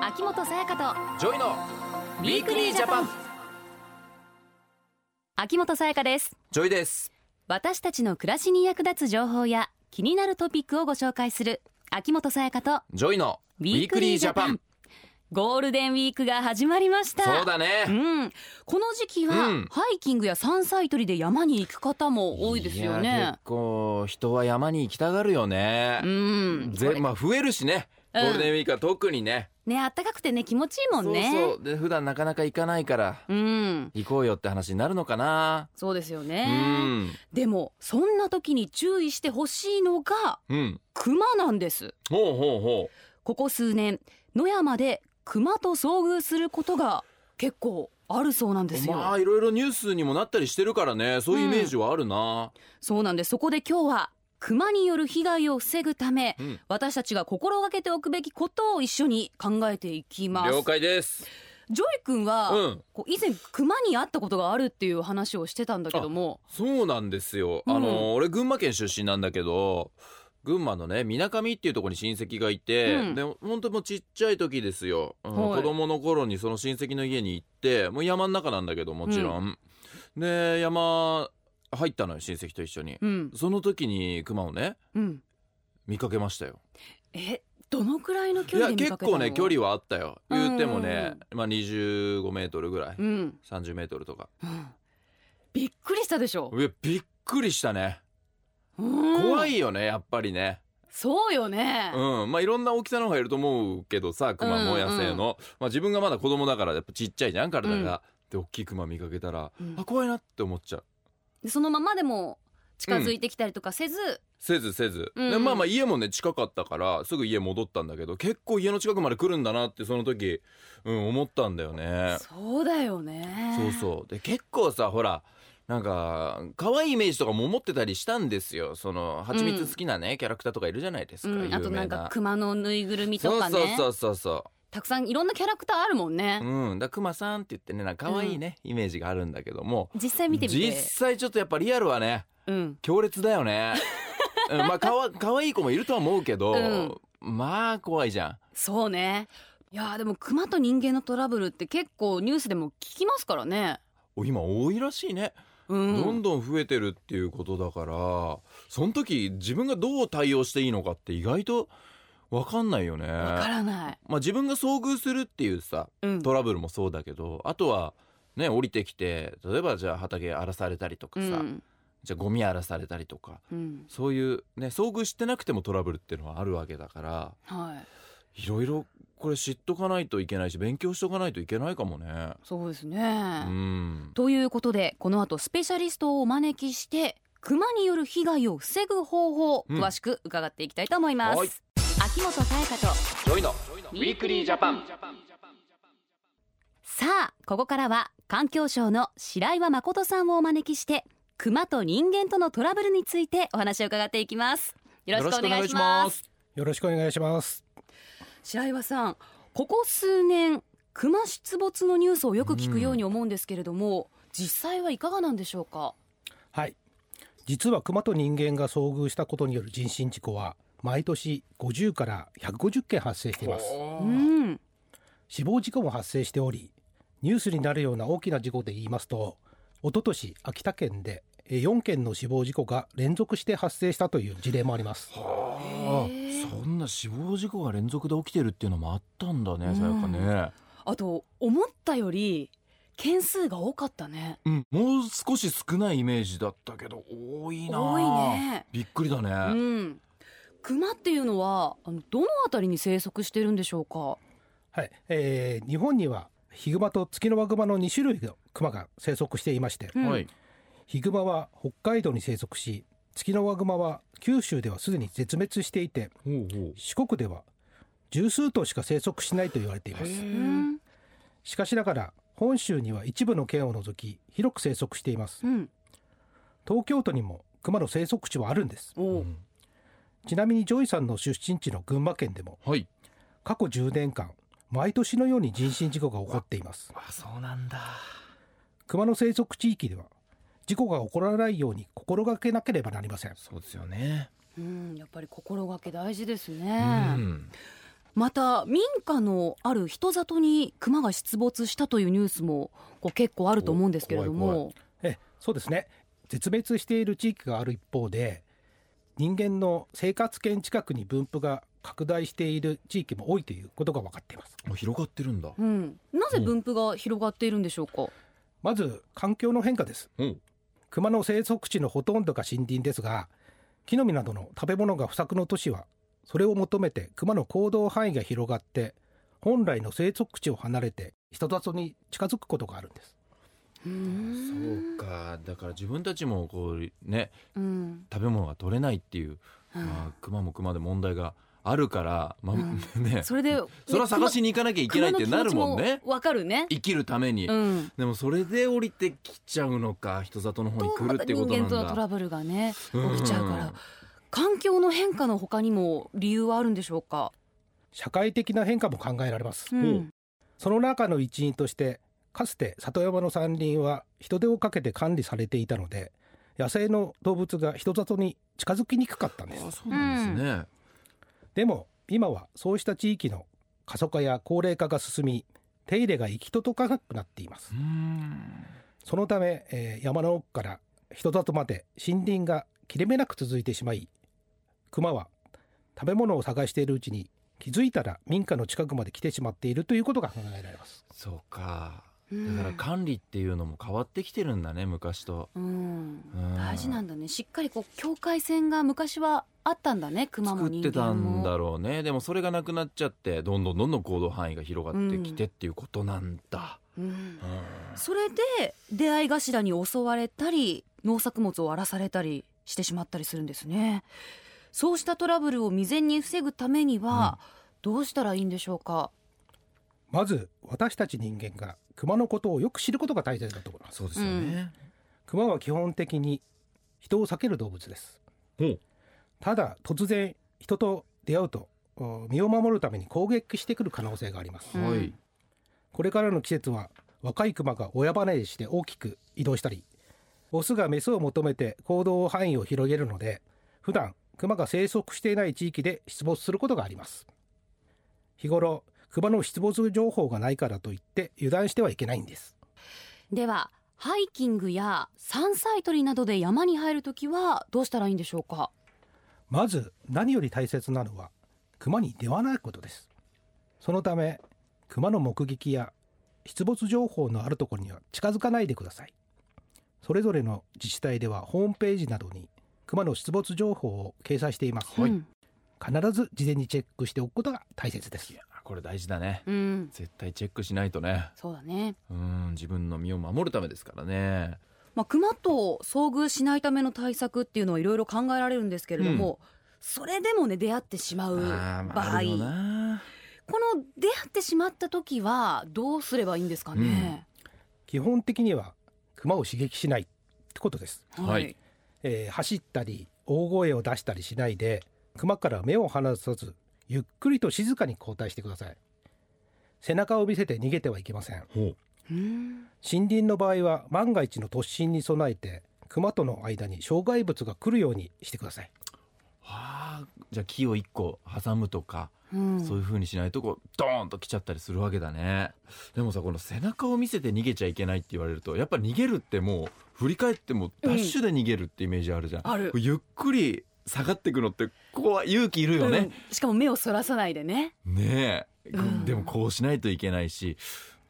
秋元さやかとジョイのウィークリージャパン秋元さやかですジョイです私たちの暮らしに役立つ情報や気になるトピックをご紹介する秋元さやかとジョイのウィークリージャパンゴールデンウィークが始まりましたそうだうねん、この時期は、うんハイキングや山菜採りで山に行く方も多いですよいやね結構人は山に行きたがるよねうん、こぜれまあ増えるしねうゴんールデンウィークは特にね、ねあったかくてね気持ちいいもんねそうそうで普段なかなか行かないからうん行こうよって話になるのかなそうですようねんでもそんな時に注意してほしいのがうん熊なんですほうほうほここ数年野山で熊と遭遇することが結構あるそうなんですうよ、まあいろいろニュースにもなったりしてるからねそういうイメージはあるな、そうなんですそこで今日は熊による被害を防ぐためうん私たちが心がけておくべきことを一緒に考えていきます了解ですジョイ君は、うんこう以前熊に会ったことがあるっていう話をしてたんだけどもそうなんですよ。うんあの、俺群馬県出身なんだけど、群馬のね、みなかみっていうところに親戚がいて、うんで、ほんともうちっちゃい時ですよ、うんはい子供の頃にその親戚の家に行って、もう山の中なんだけど、もちろん。で、山入ったのよ、親戚と一緒に。うんその時に熊をね、うん見かけましたよ。えどのくらいの距いや、離で見か結けたの構ね、距離はあったよ。言ってもねうん、まあ25メートルぐらい。うん、 30メートルとか。うんびっくりしたでしょ、いや、びっくりしたね。うん怖いよね、やっぱりね。そうよね、うん、まあいろんな大きさの方がいると思うけどさ熊も野生の、うんうんまあ、自分がまだ子供だからやっぱちっちゃいじゃん体が、で大きい熊見かけたら、うんあ怖いなって思っちゃうでそのままでも近づいてきたりとかせず、せずせず、うんうんでまあまあ家もね近かったからすぐ家戻ったんだけど結構家の近くまで来るんだなってその時、うん、思ったんだよねそうだよねそうそうで結構さほらなんか可愛いイメージとかも持ってたりしたんですよその蜂蜜好きなね、キャラクターとかいるじゃないですか、う有名ん、なあとなんか熊のぬいぐるみとかねそうそうそうそうそうたくさんいろんなキャラクターあるもんね、うん、だ熊さんって言ってねなんか可愛いね、イメージがあるんだけども実際見てみて実際ちょっとやっぱリアルはねうん強烈だ よね、うん、まあかわ可愛い子もいるとは思うけど、まあ怖いじゃそうねいやーでも熊と人間のトラブルって結構ニュースでも聞きますからねんお今多いらしいね、うどんんどん増えてるっていうことだからその時自分がどう対応していいのかって意外と分かんないよねわからない、まあ自分が遭遇するっていうさうん、トラブルもそうだけどあとはね降りてきて例えばじゃあ畑荒らされたりとかうさ、ん、じゃあゴミ荒らされたりとかうん、そういうね遭遇してなくてもトラブルっていうのはあるわけだからはいいろいろこれ知っとかないといけないし勉強しとかないといけないかもね。そうですね、うんということでこの後スペシャリストをお招きして熊による被害を防ぐ方法うん詳しく伺っていきたいと思います、はい秋元彩香とジョイのウィークリージャパンさあここからは環境省の白岩誠さんをお招きして熊と人間とのトラブルについてお話を伺っていきますよろしくお願いしますす。よろしくお願いします。白岩さんここ数年熊出没のニュースをよく聞くように思うんですけれども、実際はいかがなんでしょうかはい。実は熊と人間が遭遇したことによる人身事故は毎年50から150件発生しています。うおーん死亡事故も発生しており、ニュースになるような大きな事故で言いますと、一昨年秋田県でえー4件の死亡事故が連続して発生したという事例もあります。あーそんな死亡事故が連続で起きてるっていうのもあったんだうね、んさやかね。あと思ったより件数が多かったねうん、もう少し少ないイメージだったけど、多いな。多い。ねびっくりだうね。ん熊っていうのはあのどのあたりに生息してるんでしょうかはい。えー日本にはヒグマとツキノワグマの2種類の熊が生息していまして、うんはい。ヒグマは北海道に生息し、ツキノワグマは九州ではすでに絶滅していて、ほうほう。四国では十数頭しか生息しないと言われていまへす。うーんしかしながら、本州には一部の県を除き、広く生息していますう。ん東京都にも熊の生息地はあるんです。おうちなみにジョイさんの出身地の群馬県でも、はい。過去10年間、毎年のように人身事故が起こっています。あ、そうなんだ。熊の生息地域では、事故が起こらないように心がけなければなりません。そうですよね。うんやっぱり心がけ大事ですうね、ん。また民家のある人里にクマが出没したというニュースもこう結構あると思うんですけれどもお怖いえそうですね絶滅している地域がある一方で人間の生活圏近くに分布が拡大している地域も多いということが分かっていますもう広がってるんだうん、なぜ分布が広がっているんでしょうか、まず環境の変化ですうん熊の生息地のほとんどが森林ですが木の実などの食べ物が不作の都市はそれを求めて熊の行動範囲が広がって本来の生息地を離れて人里に近づくことがあるんですうそうーかだから自分たちもこうねん食べ物が取れないっていう、うまあん、、熊も熊で問題があるから、まあうねそれでそれは探しに行かなきゃいけないってなるもんねわかるね、生きるために、うん、でもそれで降りてきちゃうのか人里の方にと来まるたって人ことな間んだとのトラブルがねうん起きちゃうから、環境の変化の他にも理由はあるんでしょうか、社会的な変化も考えられます、うんその中の一因としてかつて里山の山林は人手をかけて管理されていたので野生の動物が人里に近づきにくかったんですあそうなんですね、でも今はそうした地域の過疎化や高齢化が進み手入れが行き届かなくなっていますうーんそのため、えー山の奥から人里まで森林が切れ目なく続いてしまい熊は食べ物を探しているうちに気づいたら民家の近くまで来てしまっているということが考えられますそうかうんだから管理っていうのも変わってきてるんだね昔とうんうん大事なんだねしっかりこう境界線が昔はあったんだね熊も作っ人てた間んもだろうねでもそれがなくなっちゃってどんどんどんどん行動範囲が広がってきてっていうことなんだ、うんうんそれで出会い頭に襲われたり農作物を荒らされたりしてしまったりするんですねそうしたトラブルを未然に防ぐためには、どうしたらいいんでしょうかまず私たち人間が熊のことをよく知ることが大切だと思いますそうですよね、熊は基本的に人を避ける動物ですほうただ突然人と出会うとお身を守るために攻撃してくる可能性があります、うんはいこれからの季節は若いクマが親離れして大きく移動したりオスがメスを求めて行動範囲を広げるので普段クマが生息していない地域で出没することがあります日頃クマの出没情報がないからといって油断してはいけないんですではハイキングや山菜採りなどで山に入るときはどうしたらいいんでしょうかまず何より大切なのはクマに出会わないことですそのためクマの目撃や出没情報のあるところには近づかないでくださいそれぞれの自治体ではホームページなどにクマの出没情報を掲載しています、うん必ず事前にチェックしておくことが大切ですあこれ大事だねうん、絶対チェックしないとねそうだねうん自分の身を守るためですからねまあ、熊と遭遇しないための対策っていうのはいろいろ考えられるんですけれども、それでもね出会ってしまう場合、あーまああるよなこの出会ってしまった時はどうすればいいんですかね、基本的にはクマを刺激しないってことです、うんはいえー走ったり大声を出したりしないでクマから目を離さずゆっくりと静かに後退してください背中を見せて逃げてはいけませんほううん森林の場合は万が一の突進に備えてクマとの間に障害物が来るようにしてくださいはあじゃあ木を一個挟むとか、うんそういう風にしないとこうドーンと来ちゃったりするわけだねでもさこの背中を見せて逃げちゃいけないって言われるとやっぱ逃げるってもう振り返ってもダッシュで逃げるってイメージあるじゃん、あるこうゆっくり下がってくのって怖い勇気いるよね、うんしかも目をそらさないでねねえ、うんでもこうしないといけないし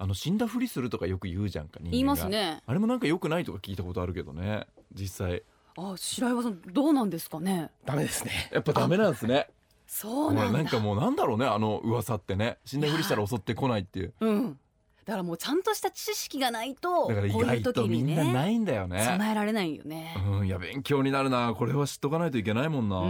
あの死んだふりするとかよく言うじゃんか人間が言いますねあれもなんか良くないとか聞いたことあるけどね実際あ白岩さんどうなんですかねダメですねやっぱダメなんですね そうこなれんだなんかもうなんだろうねあの噂ってね死んだふりしたら襲ってこないっていううんだからもうちゃんとした知識がないとこだからう意いう外時とみにんなねないんだよね備えられないよね、うんいや勉強になるなこれは知っとかないといけないもんな、う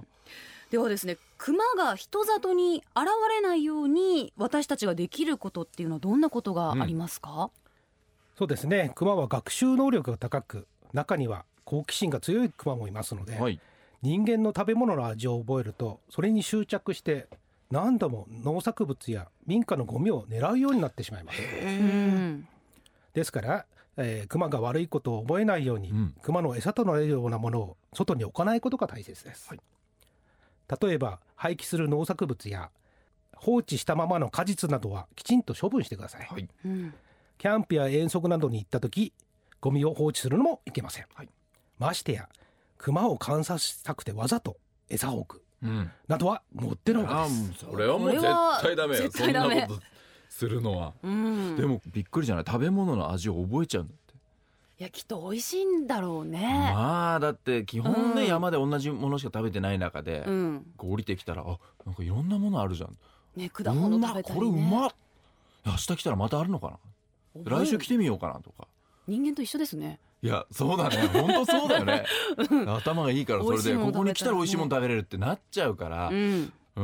んではですね熊が人里に現れないように私たちができることっていうのはどんなことがありますか、そうですねクマは学習能力が高く中には好奇心が強いクマもいますので、はい人間の食べ物の味を覚えるとそれに執着して何度も農作物や民家のゴミを狙うようになってしまいますうんですから、えー、クマが悪いことを覚えないように、うんクマの餌となるようなものを外に置かないことが大切です、例えば廃棄する農作物や放置したままの果実などはきちんと処分してください、はいうんキャンプや遠足などに行った時ゴミを放置するのもいけません、はいましてや熊を観察したくてわざと餌を置くうんなどはもってのほかあでーすもうそれはもう絶対ダそメよれは絶対ダメそんなことするのは、うん、でもびっくりじゃない食べ物の味を覚えちゃうんだっていやきっと美味しいんだろうね、まあだって基本ね、うん山で同じものしか食べてない中で、うんこう降りてきたらあなんかいろんなものあるじゃんね果物食べたりねうまこれうまっ明日来たらまたあるのかな覚え来週来てみようかなとか人間と一緒ですねいやそうだね本当そうだよね 頭がいいからそれ美味しいでものここに来たら美味しいも食べの食べれるってなっちゃうからうんう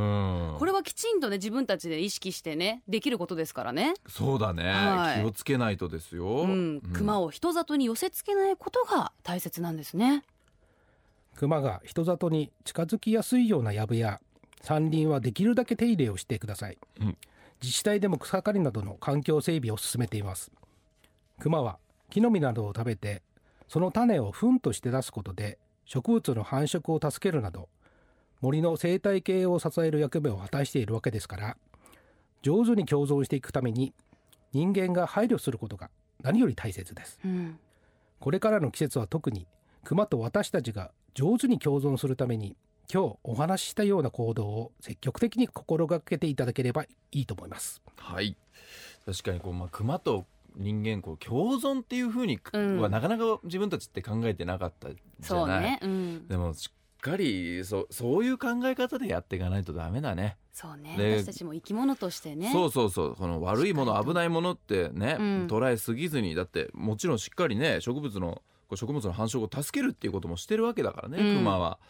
んこれはきちんとね自分たちで意識してねできることですからねそうだね、はい気をつけないとですよ、うん熊をを人里に寄せ付けないことが大切なんですね熊が人里に近づきやすいような藪や山林はできるだけ手入れをしてください、うん自治体でも草刈りなどの環境整備を進めています熊は木の実などを食べてその種を糞として出すことで植物の繁殖を助けるなど森の生態系を支える役目を果たしているわけですから上手に共存していくために人間が配慮することが何より大切ですうんこれからの季節は特に熊と私たちが上手に共存するために今日お話ししたような行動を積極的に心がけていただければいいと思います。はい確かにこう、まあ、熊と人間こう共存っていうふうにうんはなかなか自分たちって考えてなかったじそゃうない、ねうんでもしっかりそうそういう考え方でやっていかないとダメだねそうねで私たちも生き物としてねそうそうそうこの悪いもしっかのりと危ないものってね、うん捉えすぎずにだってもちろんしっかりね植物のこう植物の繁殖を助けるっていうこともしてるわけだからね、うんクマは。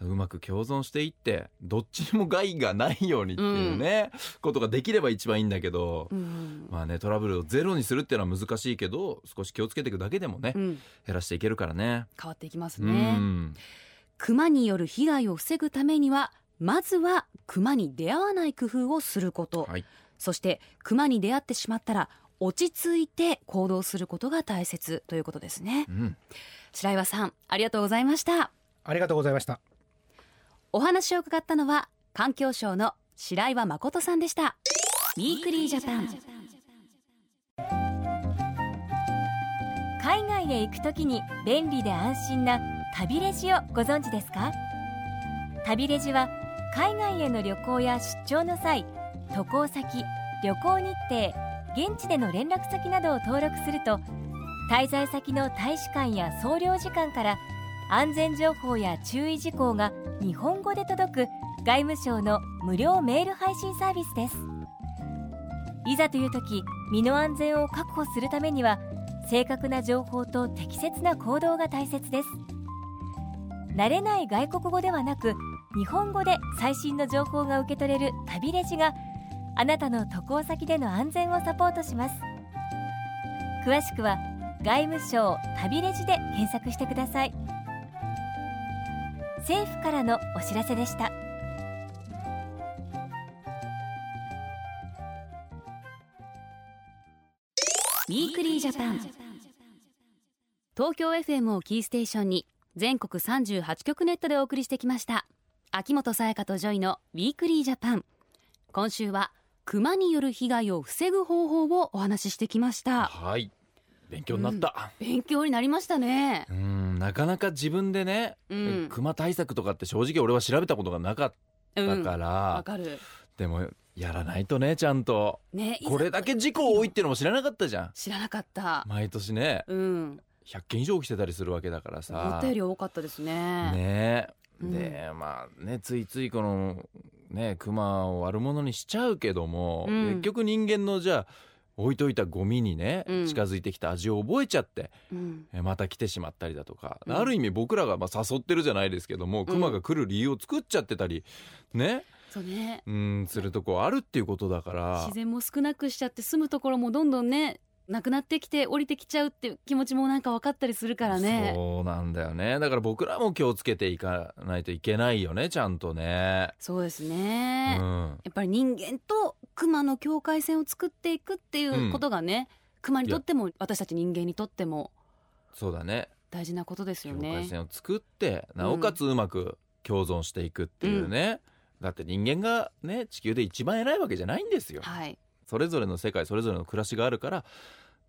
うまく共存していってどっちにも害がないようにっていうね、ことができれば一番いいんだけど、うんまあねトラブルをゼロにするっていうのは難しいけど少し気をつけていくだけでもね、うん減らしていけるからね。変わっていきますうねん熊による被害を防ぐためにはまずは熊に出会わない工夫をすること、はいそして熊に出会ってしまったら落ち着いて行動することが大切ということですねうん白岩さんありがとうございましたありがとうございました。お話を伺ったのは環境省の白岩誠さんでしたウィークリージャパン海外へ行くときに便利で安心な旅レジをご存知ですか旅レジは海外への旅行や出張の際渡航先旅行日程現地での連絡先などを登録すると滞在先の大使館や総領事館から安全情報や注意事項が日本語で届く外務省の無料メール配信サービスですいざという時身の安全を確保するためには正確な情報と適切な行動が大切です慣れない外国語ではなく日本語で最新の情報が受け取れる旅レジがあなたの渡航先での安全をサポートします詳しくは外務省旅レジで検索してください政府からのお知らせでしたウィークリージャパン東京 FM をキーステーションに全国38局ネットでお送りしてきました秋元才加とジョイのウィークリージャパン今週は熊による被害を防ぐ方法をお話ししてきましたはい勉強になった。勉強になりましたねうんなかなか自分でね、うん熊対策とかって正直俺は調べたことがなかっうたんかわら、かるでもやらないとねちゃんとねいざこれだけ事故多いってのも知らなかったじゃん知らなかった毎年ねうん100件以上起きてたりするわけだから思さったより多かったですねねうんでまあねついついこのね熊を悪者にしちゃうけども、うん結局人間のじゃあ置いといたゴミにね、うん近づいてきた味を覚えちゃってうんえーまた来てしまったりだとか、うんある意味僕らがまあ誘ってるじゃないですけども、クマが来る理由を作っちゃってたりねそうねうんするとこあるっていうことだから自然も少なくしちゃって住むところもどんどんねなくなってきて降りてきちゃうっていう気持ちもなんか分かったりするからねそうなんだよねだから僕らも気をつけていかないといけないよねちゃんとね。そうですうね、やんっぱり人間と熊の境界線を作っていくっていうことがね、熊にとっても私たち人間にとってもそうだね大事なことですよ境界ね線を作ってなおかつうまく共存していくっていうね、だって人間がね地球で一番偉いわけじゃないんですよはいそれぞれの世界それぞれの暮らしがあるから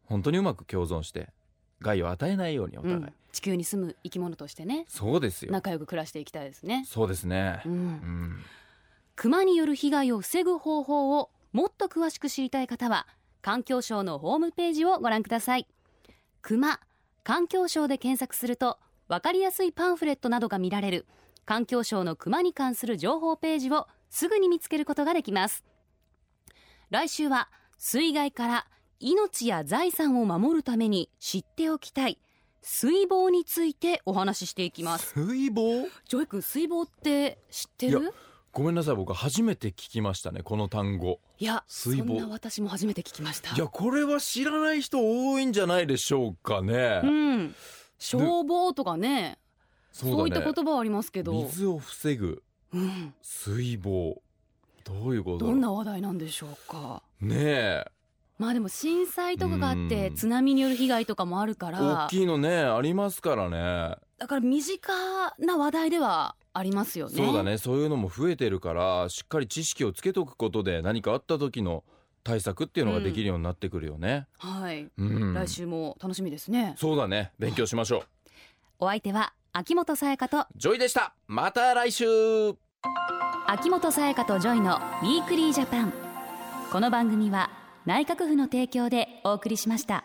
本当にうまく共存して害を与えないようにおう互い、ん、地球に住む生き物としてねそうですよ仲良く暮らしていきたいですね、そうですねう、うんん熊による被害を防ぐ方法をもっと詳しく知りたい方は環境省のホームページをご覧ください熊環境省で検索するとわかりやすいパンフレットなどが見られる環境省の熊に関する情報ページをすぐに見つけることができます来週は水害から命や財産を守るために知っておきたい水防についてお話ししていきます水防ジョイ君水防って知っているやごめんなさい僕初めて聞きましたねこの単語いや水そん防な私も初めて聞きましたいやこれは知らない人多いんじゃないでしょうかね、うん消防とかねそうそういだったね言葉はありますけど、水を防ぐうん、水防どういうこどとだろうんな話題なんでしょうかねえまあでも震災とかがあってうん津波による被害とかもあるか大らきいのねありますからねだから身近な話題ではありますよねそうだねそういうのも増えてるからしっかり知識をつけておくことで何かあった時の対策っていうのができるようになってくるよね、はい、うん来週も楽しみですねそうだね勉強しましょうお相手は秋元沙耶香とジョイでしたまた来週秋元沙耶香とジョイのウィークリージャパンこの番組は内閣府の提供でお送りしました